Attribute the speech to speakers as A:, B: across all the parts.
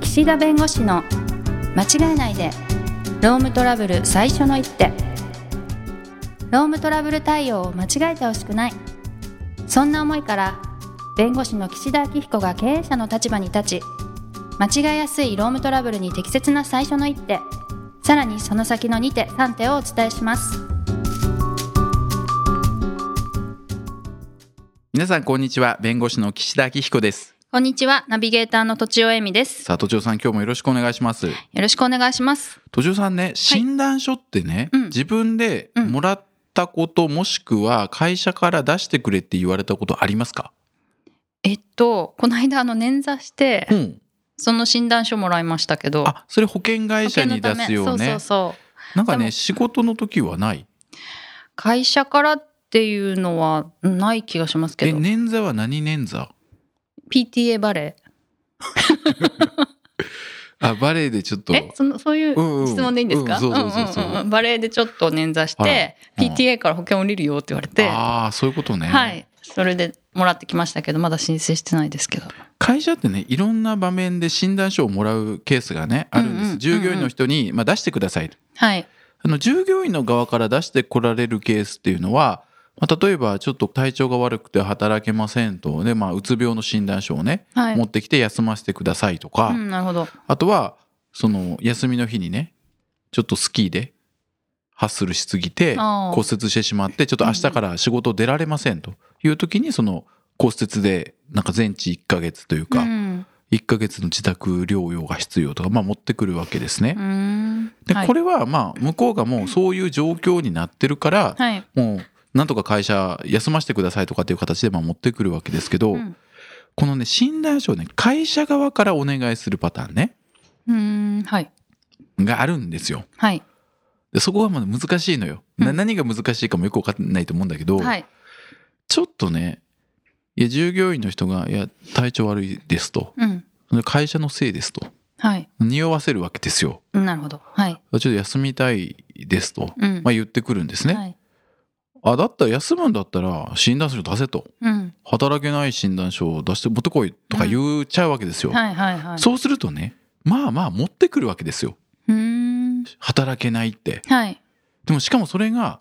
A: 岸田弁護士の間違えないでロームトラブル最初の一手ロームトラブル対応を間違えてほしくないそんな思いから弁護士の岸田明彦が経営者の立場に立ち間違えやすいロームトラブルに適切な最初の一手さらにその先の2手3手をお伝えします
B: 皆さんこんにちは弁護士の岸田明彦です
A: こんにちはナビゲーターのとちおえみです
B: さあ都庁さん今日もよろしくお願いします
A: よろしくお願いします
B: 都庁さんね診断書ってね、
A: うん
B: 自分でもらったこと、もしくは会社から出してくれって言われたことありますか
A: えっとこの間あの捻挫して
B: うん
A: その診断書もらいましたけど
B: あそれ保険会社に出すよ
A: 保険のためそ
B: ね
A: うそうそう
B: なんか
A: でも
B: ね仕事の時はない
A: 会社からっていうのはない気がしますけ
B: え
A: ど、
B: 捻挫は何捻挫
A: PTA バレ
B: あバレエでちょっと
A: ーえそのそういう
B: うんうん
A: 質問でいいんですか
B: うんそうそうそうそうん
A: んんんバレーでちょっと捻挫し
B: は
A: て、
B: うん
A: PTA から保険降りるよって言われて、
B: ああそういうことね、
A: はいそれでもらってきましたけどまだ申請してないですけど
B: 会社ってねいろんな場面で診断書をもらうケースがねあるんです、
A: うんうん
B: 従業員の人に、まあ、出してください
A: はい
B: あの従業員の側から出してこられるケースっていうのは、まあ、例えばちょっと体調が悪くて働けませんとで、まあ、うつ病の診断書をね、
A: はい
B: 持ってきて休ませてくださいとか、
A: うん、なるほど
B: あとはその休みの日にねちょっとスキーでハッスルしすぎて
A: あー
B: 骨折してしまってちょっと明日から仕事出られませんという時にその骨折でなんか全治1ヶ月という
A: う
B: か
A: ん
B: 1ヶ月の自宅療養が必要とか、まあ、持ってくるわけですね
A: う。ん
B: で
A: はい
B: これはまあ向こうがもうそういう状況になってるから
A: はい、
B: もうなんとか会社休ませてくださいとかっていう形でまあ持ってくるわけですけど
A: うん
B: このね診断書をね会社側からお願いするパターンね
A: うんはい
B: があるんですよ。
A: はい
B: でそこはまだ難しいのよ。な
A: うん
B: 何が難しいかもよく分かんないと思うんだけど
A: はい
B: ちょっとねいや従業員の人が「いや体調悪いです」と
A: うん
B: 「会社のせいです」と
A: はい
B: 匂わせるわけですよ。
A: なるほどはい
B: ちょっと休みたいですと、
A: うん
B: まあ、言ってくるんですね。
A: はい
B: あだったら休むんだったら診断書出せと
A: うん
B: 働けない診断書を出して持ってこいとか言っちゃうわけですよ、
A: はいはいはい
B: そうするとねまあまあ持ってくるわけですよ
A: うーん
B: 働けないって
A: はい
B: でもしかもそれが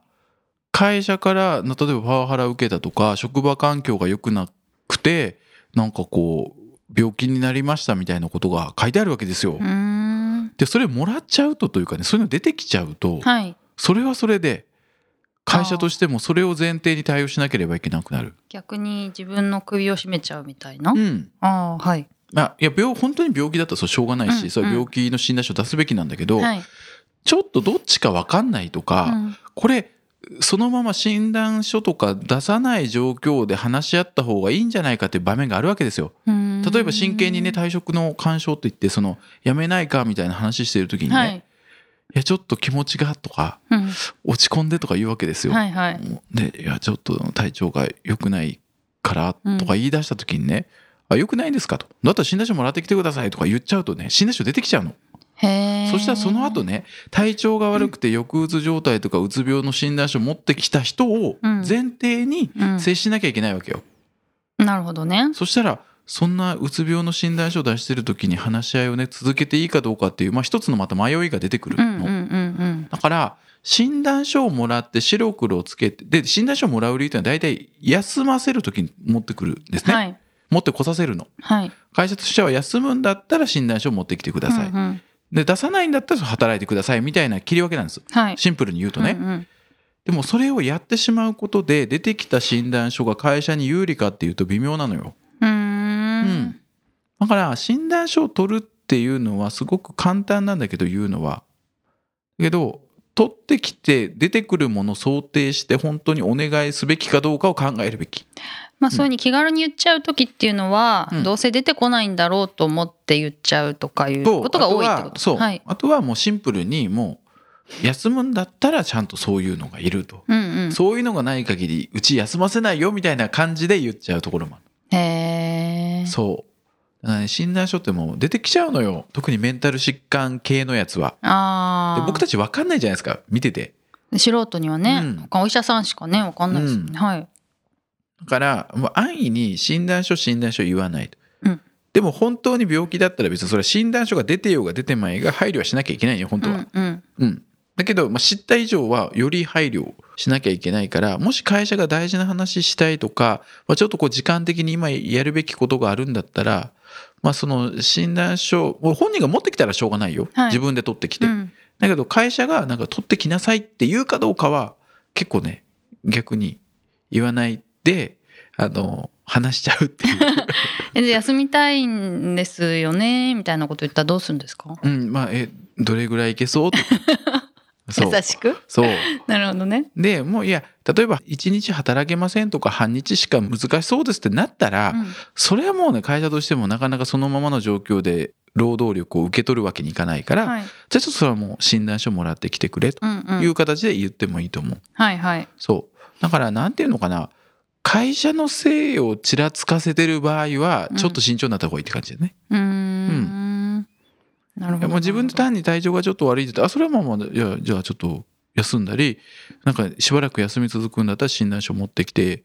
B: 会社からの例えばパワハラ受けたとか職場環境が良くなくてなんかこう病気になりましたみたいなことが書いてあるわけですよ、
A: うーん
B: でそれもらっちゃうとというかねそういうの出てきちゃうと、
A: はい
B: それはそれで会社としてもそれを前提に対応しなければいけなくなる
A: 逆に自分の首を絞めちゃうみたいな、
B: うん
A: ああはい
B: あいや病本当に病気だったらそれしょうがないし、
A: うん
B: それは病気の診断書出すべきなんだけど、
A: はい、
B: ちょっとどっちか分かんないとか、
A: うん
B: これそのまま診断書とか出さない状況で話し合った方がいいんじゃないかっていう場面があるわけですよ。
A: うん
B: 例えば真剣にね退職の干渉って言ってその辞めないかみたいな話してる時にね、、
A: はいい、
B: やちょっと気持ちがとか
A: うん、
B: 落ち込んでとか言うわけですよ。
A: はいはい
B: でいやちょっと体調が良くないからとか言い出した時にね、あ良くないんですかとだったら診断書もらってきてくださいとか言っちゃうとね診断書出てきちゃうの、
A: へえ
B: そしたらその後ね体調が悪くて抑うつ状態とかうつ病の診断書持ってきた人を
A: うん
B: 前提に
A: うん
B: 接しなきゃいけないわけよ、
A: なるほどね
B: そしたらそんなうつ病の診断書を出してる時に話し合いをね続けていいかどうかっていう、まあ、一つのまた迷いが出てくる
A: う
B: の、
A: んうんうんうん
B: だから診断書をもらって白黒をつけてで診断書をもらう理由っていうのは大体休ませる時に持ってくるんですね、
A: はい
B: 持ってこさせるの
A: はい
B: 会社としては休むんだったら診断書を持ってきてください、
A: うんうん
B: で出さないんだったら働いてくださいみたいな切り分けなんです
A: はい
B: シンプルに言うとね、
A: うんうん
B: でもそれをやってしまうことで出てきた診断書が会社に有利かっていうと微妙なのよ
A: うーん
B: うんだから診断書を取るっていうのはすごく簡単なんだけど言うのは。だけど取ってきて出てくるものを想定して本当にお願いすべきかどうかを考えるべき。
A: まあそういうふうに気軽に言っちゃう時っていうのは、
B: うん
A: どうせ出てこないんだろうと思って言っちゃうとかいうことが多いってこと
B: あとはそう、
A: はい
B: あとはもうシンプルにもう休むんだったらちゃんとそういうのがいると。
A: うんうん
B: そういうのがない限りうち休ませないよみたいな感じで言っちゃうところもある。
A: へえ
B: そう。だからね診断書ってもう出てきちゃうのよ。特にメンタル疾患系のやつは。
A: あ
B: で
A: あ
B: 僕たち分かんないじゃないですか見てて。
A: 素人にはね、
B: うん
A: 他お医者さんしかねわかんないですもんね、はい
B: だからもう安易に診断書診断書言わないと、
A: うん
B: でも本当に病気だったら別にそれは診断書が出てようが出てまいが配慮はしなきゃいけないよ本当は、
A: うんうん
B: うん、だけど、まあ、知った以上はより配慮しなきゃいけないからもし会社が大事な話したいとか、まあ、ちょっとこう時間的に今やるべきことがあるんだったら、まあ、その診断書もう本人が持ってきたらしょうがないよ、
A: はい
B: 自分で取ってきて、
A: うん
B: だけど会社がなんか取ってきなさいって言うかどうかは結構ね逆に言わないであの話しちゃうっていう
A: えで休みたいんですよねみたいなこと言ったらどうするんですか
B: うん、まあ、え、どれぐらいいけそう とか。そう
A: 優。しく
B: そう。
A: なるほどね、
B: で、もういや、例えば、1日働けませんとか、半日しか難しそうですってなったら、
A: うん
B: それはもうね、会社としてもなかなかそのままの状況で、労働力を受け取るわけにいかないから、
A: はい
B: じゃあちょっとそれはもう診断書もらってきてくれと
A: うんう
B: い
A: ん、
B: う形で言ってもいいと思う。
A: はいはい
B: そう。だから、なんていうのかな。会社の性をちらつかせてる場合は
A: う、ん
B: ちょっと慎重になった方がいいって感じだね。
A: うーんなるほ
B: い
A: ど
B: やもう自分で単に体調がちょっと悪いって言ってあそれはまあまあいやじゃあちょっと休んだりなんかしばらく休み続くんだったら診断書持ってきて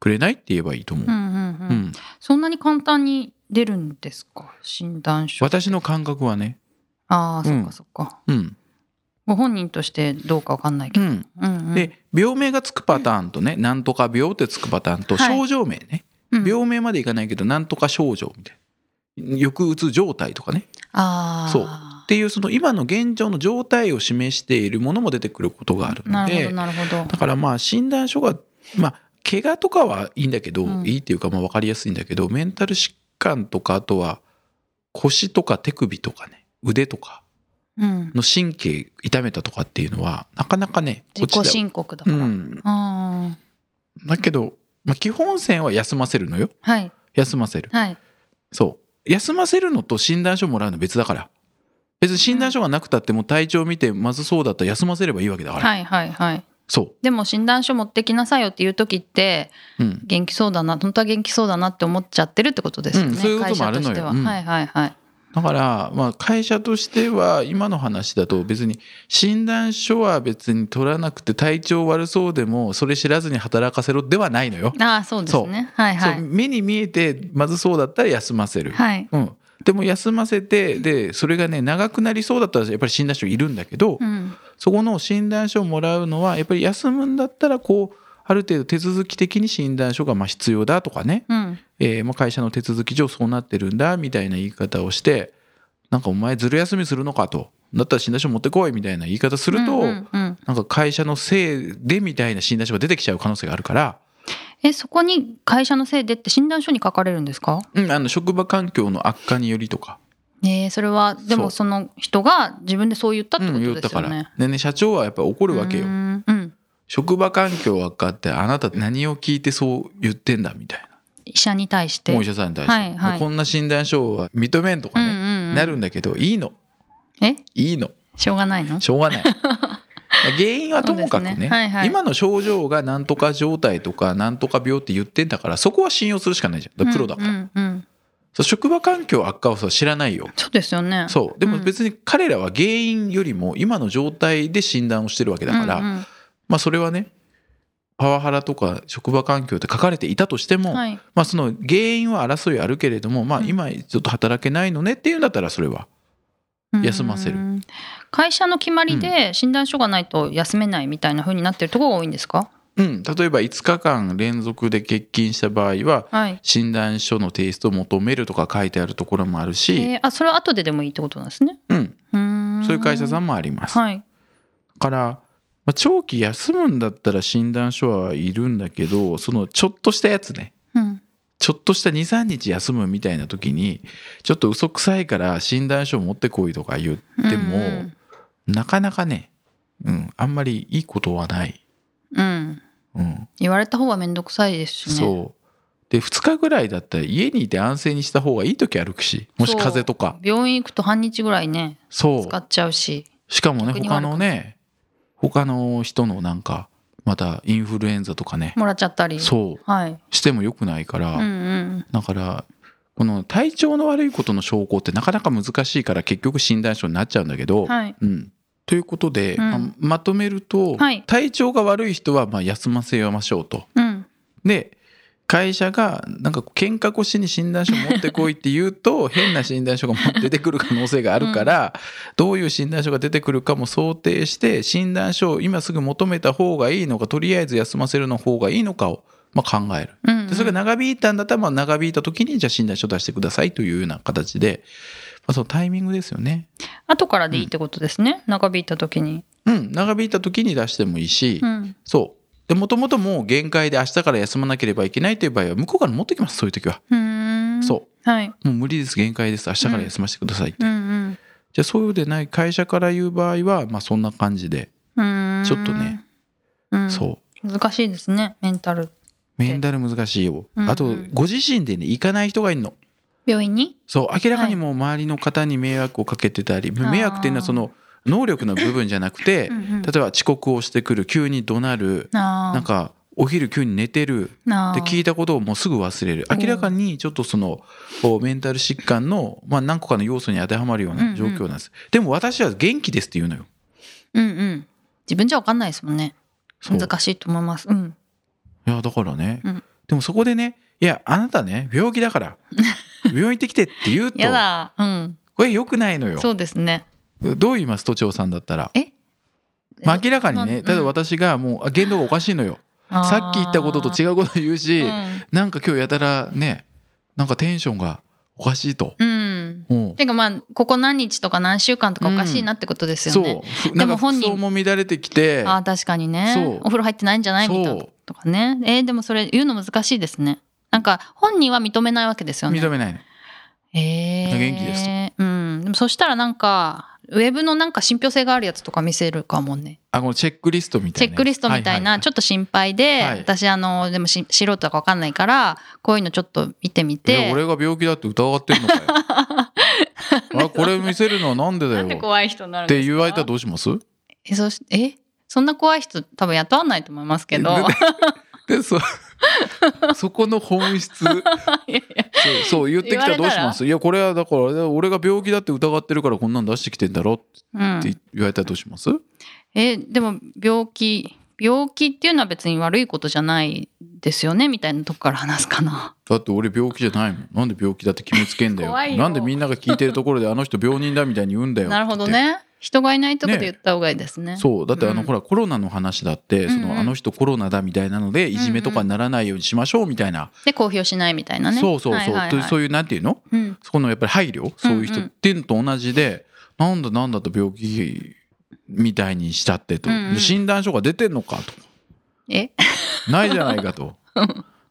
B: くれないって言えばいいと思う、
A: う
B: うん
A: んうんうん、そんなに簡単に出るんですか診断書
B: 私の感覚はね
A: ああ、
B: う
A: そ
B: ん
A: っかそっか
B: うん、
A: ご本人としてどうかわかんないけ
B: う
A: ど、
B: ん、
A: うんうん、
B: で病名がつくパターンとねなんとか病ってつくパターンと
A: はい
B: 症状名ね、
A: うん
B: 病名までいかないけどなんとか症状みたいな抑うつ状態とかね
A: ああ
B: そうっていうその今の現状の状態を示しているものも出てくることがあるの
A: なるほ
B: で
A: どなるほど
B: だからまあ診断書がまあ怪我とかはいいんだけど、
A: うん
B: いいっていうかまあ分かりやすいんだけどメンタル疾患とかあとは腰とか手首とかね腕とか
A: うん
B: の神経痛めたとかっていうのはなかなかね
A: 自己
B: こっち
A: 申告だか
B: だ,、う
A: ら、
B: ん、
A: あ
B: だけど、まあ、基本線は休ませるのよ
A: あはい
B: 休ませる
A: はい
B: そう休ませるのと診断書もらうの別だから別に診断書がなくたっても体調見てまずそうだったら休ませればいいわけだから、
A: はいはいはい
B: そ
A: でも診断書持ってきなさいよっていう時って
B: う、うん、
A: 元気そうだな本当は元気そうだなって思っちゃってるってことですよね、
B: うんそういうこともある
A: 会社
B: のよ
A: としては、
B: うん
A: はいはいはい
B: だから、まあ、会社としては今の話だと別に診断書は別に取らなくて体調悪そうでもそれ知らずに働かせろではないのよ。
A: ああそうですねはいは
B: そう
A: い
B: 目に見えてまずそうだったら休ませる。
A: はい
B: うん、でも休ませてでそれがね長くなりそうだったらやっぱり診断書いるんだけど、
A: うん
B: そこの診断書をもらうのはやっぱり休むんだったらこうある程度手続き的に診断書がまあ必要だとかね、
A: うん
B: えーまあ、会社の手続き上そうなってるんだみたいな言い方をしてなんかお前ずる休みするのかとだったら診断書持ってこいみたいな言い方すると、
A: うんうんうん
B: なんか会社のせいでみたいな診断書が出てきちゃう可能性があるから、
A: えそこに会社のせいでって診断書に書かれるんですか
B: うん、あの職場環境の悪化によりとか、
A: えー、それはで
B: そう
A: もその人が自分でそう言ったっ
B: う
A: てこと
B: ん、言っ
A: で
B: た
A: す
B: か
A: よね
B: ら。でね社長はやっぱり怒るわけよ、
A: うんうん
B: 職場環境悪化ってあなた何を聞いてそう言ってんだみたい
A: 医者に対して。
B: なお医
A: 者
B: 者さんに対して、
A: はいはい
B: もうこんな診断書は認めんとかね、なるんだけどいいの
A: え
B: いいの
A: しょうがないの
B: しょう がない。原因はともか
A: そう
B: くね
A: ですねはいはい
B: 今の症状がなんとか状態とかなんとか病って言ってんだからそこは信用するしかないじゃんだからプロだから、
A: うんうんうん
B: そう職場環境悪化をさ知らないよ
A: そうですよね。
B: そうでも
A: うん
B: 別に彼らは原因よりも今の状態で診断をしてるわけだから、
A: うんうん
B: まあそれはねパワハラとか職場環境って書かれていたとしても、
A: はい、
B: まあその原因は争いあるけれどもまあ
A: うん
B: 今ちょっと働けないのねっていうんだったらそれは休ませる
A: うん。会社の決まりで診断書がないと休めないみたいな風になってるところが多いんですか。
B: うん例えば5日間連続で欠勤した場合は
A: はい。
B: 診断書の提出を求めるとか書いてあるところもある
A: え
B: し、
A: ー、あ、それは後ででもいいってことなんですね。
B: うん、
A: うん。
B: そういう会社さ
A: ん。
B: んもあります。だ
A: はい。
B: から、まあ、長期休むんだったら診断書はいるんだけどそのちょっとしたやつね
A: うん。
B: ちょっとした23日休むみたいな時にちょっと嘘くさいから診断書持ってこいとか言っても、
A: うん
B: なかなかね、うん、あんまりいいことはない。
A: うん。うん
B: うん
A: 言われた方が面倒くさいですしね。
B: そうで2日ぐらいだったら家にいて安静にした方がいい時あるしもし風邪とか
A: 病院行くと半日ぐらいね
B: そう
A: 使っちゃうし。
B: しかもね
A: 逆に
B: 他のね他の人のなんかまたインフルエンザとかね
A: もらっちゃったり。
B: そう
A: はい。
B: しても良くないか
A: うんう
B: ら
A: ん。
B: だからこの体調の悪いことの証拠ってなかなか難しいから結局診断書になっちゃうんだけど、
A: はい。
B: うん、ということで、
A: うん
B: まあまとめると、
A: はい
B: 体調が悪い人はまあ休ませましょうと。
A: うん。
B: で会社がなんか喧嘩腰に診断書持ってこいって言う と変な診断書がもう出てくる可能性があるから、どういう診断書が出てくるかも想定して診断書を今すぐ求めた方がいいのかとりあえず休ませるの方がいいのかを、まあ、考える
A: うんうん
B: でそれが長引いたんだったらまあ長引いた時にじゃあ診断書出してくださいというような形で、まあ、そのタイミングですよね。
A: 後からでいいってことですね、長引いた時に、
B: うん、長引いた時に出してもいいし、
A: うん、
B: そう。で、もともともう限界で明日から休まなければいけないという場合は、向こうから持ってきます、そういう時は。
A: うーん
B: そ
A: はい、
B: う。もう無理です、限界です、明日から休ませてくださいって。
A: うん
B: じゃあ、そうでない会社から言う場合は、まあそんな感じで、
A: うん、うーん
B: ちょっとね、
A: うん、
B: そう。
A: 難しいですねメンタル
B: メンタル難しいよ。
A: うん
B: あと、ご自身でね、行かない人がいるの。
A: 病院に
B: そう、明らかにもう周りの方に迷惑をかけてたり、
A: ー
B: 迷惑っていうのはその、能力の部分じゃなくて、
A: うんうん
B: 例えば遅刻をしてくる、急に怒鳴る、
A: な
B: なんか、お昼急に寝てる、
A: な
B: で聞いたことをもうすぐ忘れる
A: おー
B: 明らかにちょっとそのこうメンタル疾患の、まあ、何個かの要素に当てはまるよう
A: うんう
B: なん状況なんです、でも私は元気ですって言うのよ
A: うんうん自分じゃ分かんないですもんね
B: そう
A: 難しいと思いますうん
B: いやだからね、
A: うん
B: でもそこでねいやあなたね病気だから 病院行ってきてって言うと
A: やだうん
B: これ良くないのよ
A: そうですね
B: どう言います都庁さんだったら
A: え
B: まあ、明らかに
A: まあう
B: ね
A: ん
B: ただ私がもうあ言動がおかしいのよさっき言ったことと
A: う
B: 違うこと言うし、
A: うん、
B: なんか今日やたらねなんかテンションがおかしいと、
A: うん、
B: うん、
A: てかまあここ何日とか何週間とかおかしいなってことですよね、
B: そうふ。
A: で
B: なん
A: も
B: か
A: 本
B: 服
A: 人
B: 装も乱れてきて、
A: あー確かに
B: そう
A: ねお風呂入ってないんじゃないみたいな
B: そう
A: とかねえーでもそれ言うの難しいですねなんか本人は認めないわけですよね
B: 認めないの。
A: えー、
B: 元気です
A: うんでもそしたらなんかウェブのなんか信憑性があるやつとか見せるかもね
B: あ、このチェックリストみた
A: チ
B: いな
A: ェ
B: ね。
A: ックリストみたいなちょ
B: ょ
A: っと心配で、
B: はい
A: 私あのでもし素人だか分かんないからこういうのちょっと見てみて
B: 俺が病気だって疑って んのかよ。あ、これ見せるのはなんでだ
A: な
B: よ。
A: んで
B: っ
A: 怖い人になるんですか
B: て言われたらどうします
A: えそしえそんな怖い人多分雇わないと思いますけどい
B: で、そ、 そこの 本質。そう
A: やいや
B: そう、言ってきたらどう
A: 言わ
B: しま
A: れた
B: すいや、これはだから、俺が病気だって疑ってるからこんなん出してきてんだろ
A: うん
B: って言われたらどうします
A: えでも病気病気っていうのは別に悪いことじゃないですよねみたいなとこから話すかな。
B: だって俺病気じゃないもん。なんで病気だって決めつけんだよ。
A: 怖いよ
B: なんでみんなが聞いてるところであの人病人だみたいに言うんだよ。
A: なるほどね。人がいないとこで言った方がいいですね。
B: そうだってあの、
A: うん
B: ほらコロナの話だってその、
A: うんうん
B: あの人コロナだみたいなのでいじめとかにならないようにしましょうみたいな、
A: で公表しないみたいなね。
B: そうそうそう、
A: はいはい
B: と
A: はい
B: いうそういうなんていうの
A: うん
B: そこのやっぱり配慮そういう
A: うん
B: 人
A: うん
B: っていうのと同じで、なんだなんだと病気みたいにしたってと、
A: うんうん
B: 診断書が出てんのかと
A: え
B: ないじゃないかと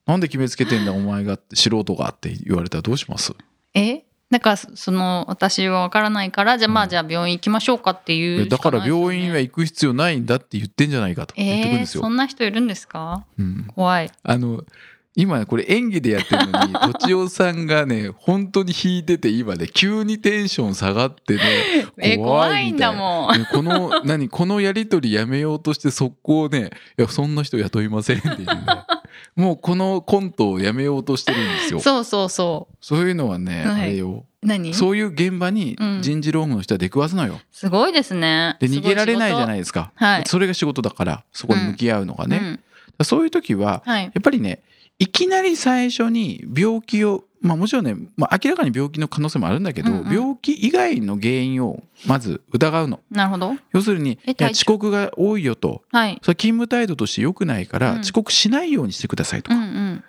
B: なんで決めつけてんだお前がって素人がって言われたらどうします
A: えだからそその私は分からないからじゃあまあじゃあ病院行きましょうかって
B: い
A: い
B: や
A: うし
B: だか
A: ない
B: ら
A: ですよね、
B: 病院は行く必要ないんだって言ってんじゃないかと言ってくるん
A: え
B: で
A: ー、
B: すよ。
A: そんな人いるんですか
B: うん
A: 怖い。
B: あの今これ演技でやってるのにとちおさんがね本当に引いてて今ね急にテンション下がってね
A: えー、怖いんだ
B: ん
A: もん。
B: この何このやり取りやめようとして速攻ね「いやそんな人雇いません」って いうねもうこのコントをやめようとしてるんですよそ
A: そうそうそう。
B: ういうのはね、
A: はい
B: あれよ
A: 何
B: そういう現場に
A: うん
B: 人事労務の人は出くわすのよ
A: すごいですね。
B: で逃げられないじゃないいですか
A: はい
B: それが仕事だからそこに向き合うのがね、
A: うん
B: そういう時は
A: はい。
B: やっぱりねいきなり最初に病気をまあもちろんね、まあ、明らかに病気の可能性もあるんだけど、
A: うんうん
B: 病気以外の原因をまず疑うの
A: なるほど。
B: 要するにい
A: え
B: や
A: 体調
B: 遅刻が多いよと
A: はい。
B: それ勤務態度として良くないから、
A: うん
B: 遅刻しないようにしてくださいと
A: う
B: か、
A: んうん。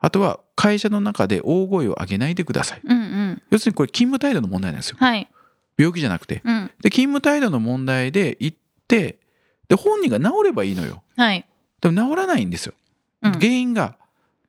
B: あとは会社の中で大声を上げないでください
A: うんうん。
B: 要するにこれ勤務態度の問題なんですよ
A: はい。
B: 病気じゃなくて
A: うん。
B: で勤務態度の問題で行ってで本人が治ればいいのよ
A: はい。
B: でも治らないんですよ
A: うん
B: 原因が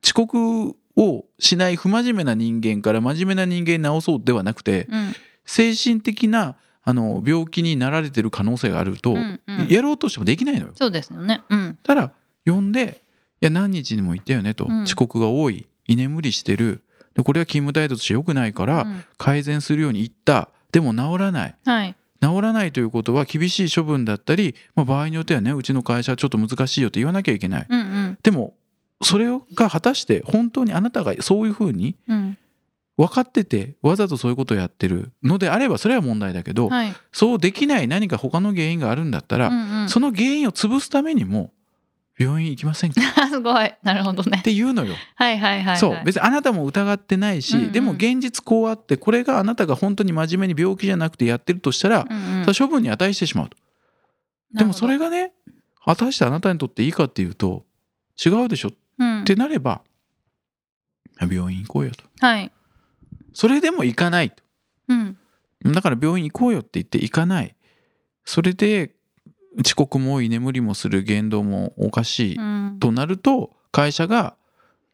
B: 遅刻をしない不真面目な人間から真面目な人間に直そうではなくて
A: うん
B: 精神的なあの病気になられてる可能性があると、
A: うんうん。
B: やろうとしてもできないのよ。
A: そうですよね。うん。
B: ただ呼んで「いや何日にも行ったよね」と
A: うん
B: 「遅刻が多い居眠りしてるでこれは勤務態度として良くないか
A: う
B: ら
A: ん
B: 改善するように言ったでも治らない
A: はい。
B: 治らないということは厳しい処分だったり、まあ、場合によってはねうちの会社はちょっと難しいよって言わなきゃいけない。
A: うんうん
B: でもそれが果たして本当にあなたがそういうふうに
A: うん。
B: 分かっててわざとそういうことをやってるのであればそれは問題だけど、
A: はい。
B: そうできない何か他の原因があるんだったら、
A: うんうん。
B: その原因を潰すためにも病院行きませんか っ
A: すごい。なるほどね。
B: て言うのよ。
A: はいはいはい、はい。
B: そう別にあなたも疑ってないし、
A: うんうん
B: でも現実こうあってこれがあなたが本当に真面目に病気じゃなくてやってるとしたら、
A: うんうん
B: それは処分に値してしまうとでもそれ
A: が、
B: がね果たしてあなたにとっていいかっていうと違うでしょっ
A: うん、
B: てなれば、病院行こうよと
A: はい。
B: それでも行かないと
A: うん。
B: だから病院行こうよって言って行かないそれで遅刻も多い眠りもする言動もおかしい、
A: うん。
B: となると会社が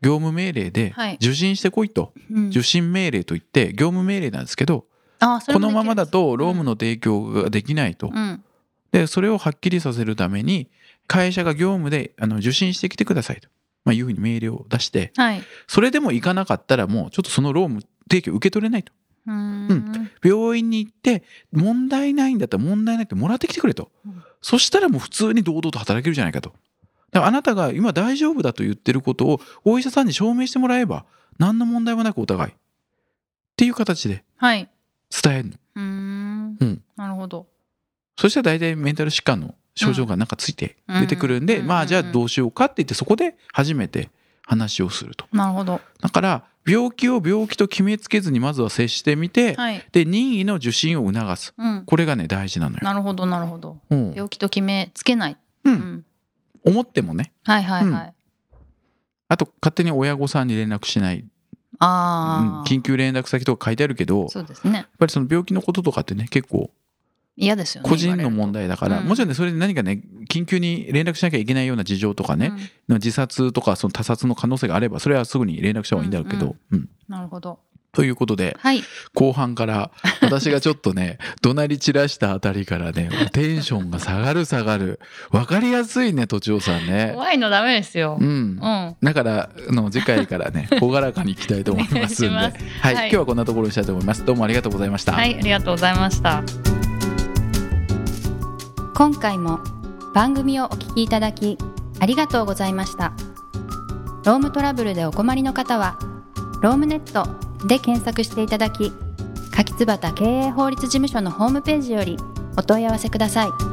B: 業務命令で
A: はい
B: 受診してこいと、
A: うん
B: 受診命令といって業務命令なんですけど
A: あそれ
B: こ
A: もでき
B: の
A: る
B: ままだと労務の提供ができないと、
A: うん。
B: でそれをはっきりさせるために会社が業務であの受診してきてくださいと、まあ、いうふうに命令を出して
A: はい。
B: それでも行かなかったらもうちょっとその労務提供受け取れないと
A: うーん
B: う病院に行って問題ないんだったら問題なくてもらってきてくれと、
A: うん
B: そしたらもう普通に堂々と働けるじゃないかとだからあなたが今大丈夫だと言ってることをお医者さんに証明してもらえば何の問題もなくお互いっていう形で
A: はい。
B: 伝えるの
A: うーん
B: うん。
A: なるほど。
B: そしたら大体メンタル疾患の症状がなんかついて出てくるんで、
A: うん
B: ま
A: う
B: あ
A: ん
B: じゃあどうしようかって言ってそこで初めて話をすると
A: なるほど。
B: だから病気を病気と決めつけずにまずは接してみて、
A: はい。
B: で任意の受診を促す
A: うん。
B: これがね大事なのよ、
A: なるほどなるほど。
B: うん
A: 病気と決めつけない。
B: うん
A: うん。
B: 思ってもね
A: はいはいはい。
B: あと勝手に親御さんに連絡しない、うん
A: ああ。
B: 緊急連絡先とか書いてあるけどやっ
A: そうですね。
B: ぱりその病気のこととかってね結構
A: 嫌ですよね。
B: 個人の問題だから、
A: うん
B: もちろんねそれで何かね緊急に連絡しなきゃいけないような事情とかね、
A: 言われると。うん
B: 自殺とかその他殺の可能性があればそれはすぐに連絡した方がいいんだろうけど、うん
A: なるほど。
B: ということで
A: はい。
B: 後半から私がちょっとね 怒鳴り散らしたあたりからねテンションが下がる下がる分かりやすいね都庁さんね。
A: 怖いのダメですよ
B: う。ん
A: うん。
B: だからあの次回から ね朗らかにいきたいと思いますん
A: お
B: で
A: 願いし
B: はい、
A: はい
B: 今日はこんなところにしたいと思いますどうもありがとうございました。
A: はい、ありがとうございました。
C: 今回も番組をお聞きいただきありがとうございましたロームトラブルでお困りの方は「ロームネット」で検索していただき柿椿経営法律事務所のホームページよりお問い合わせください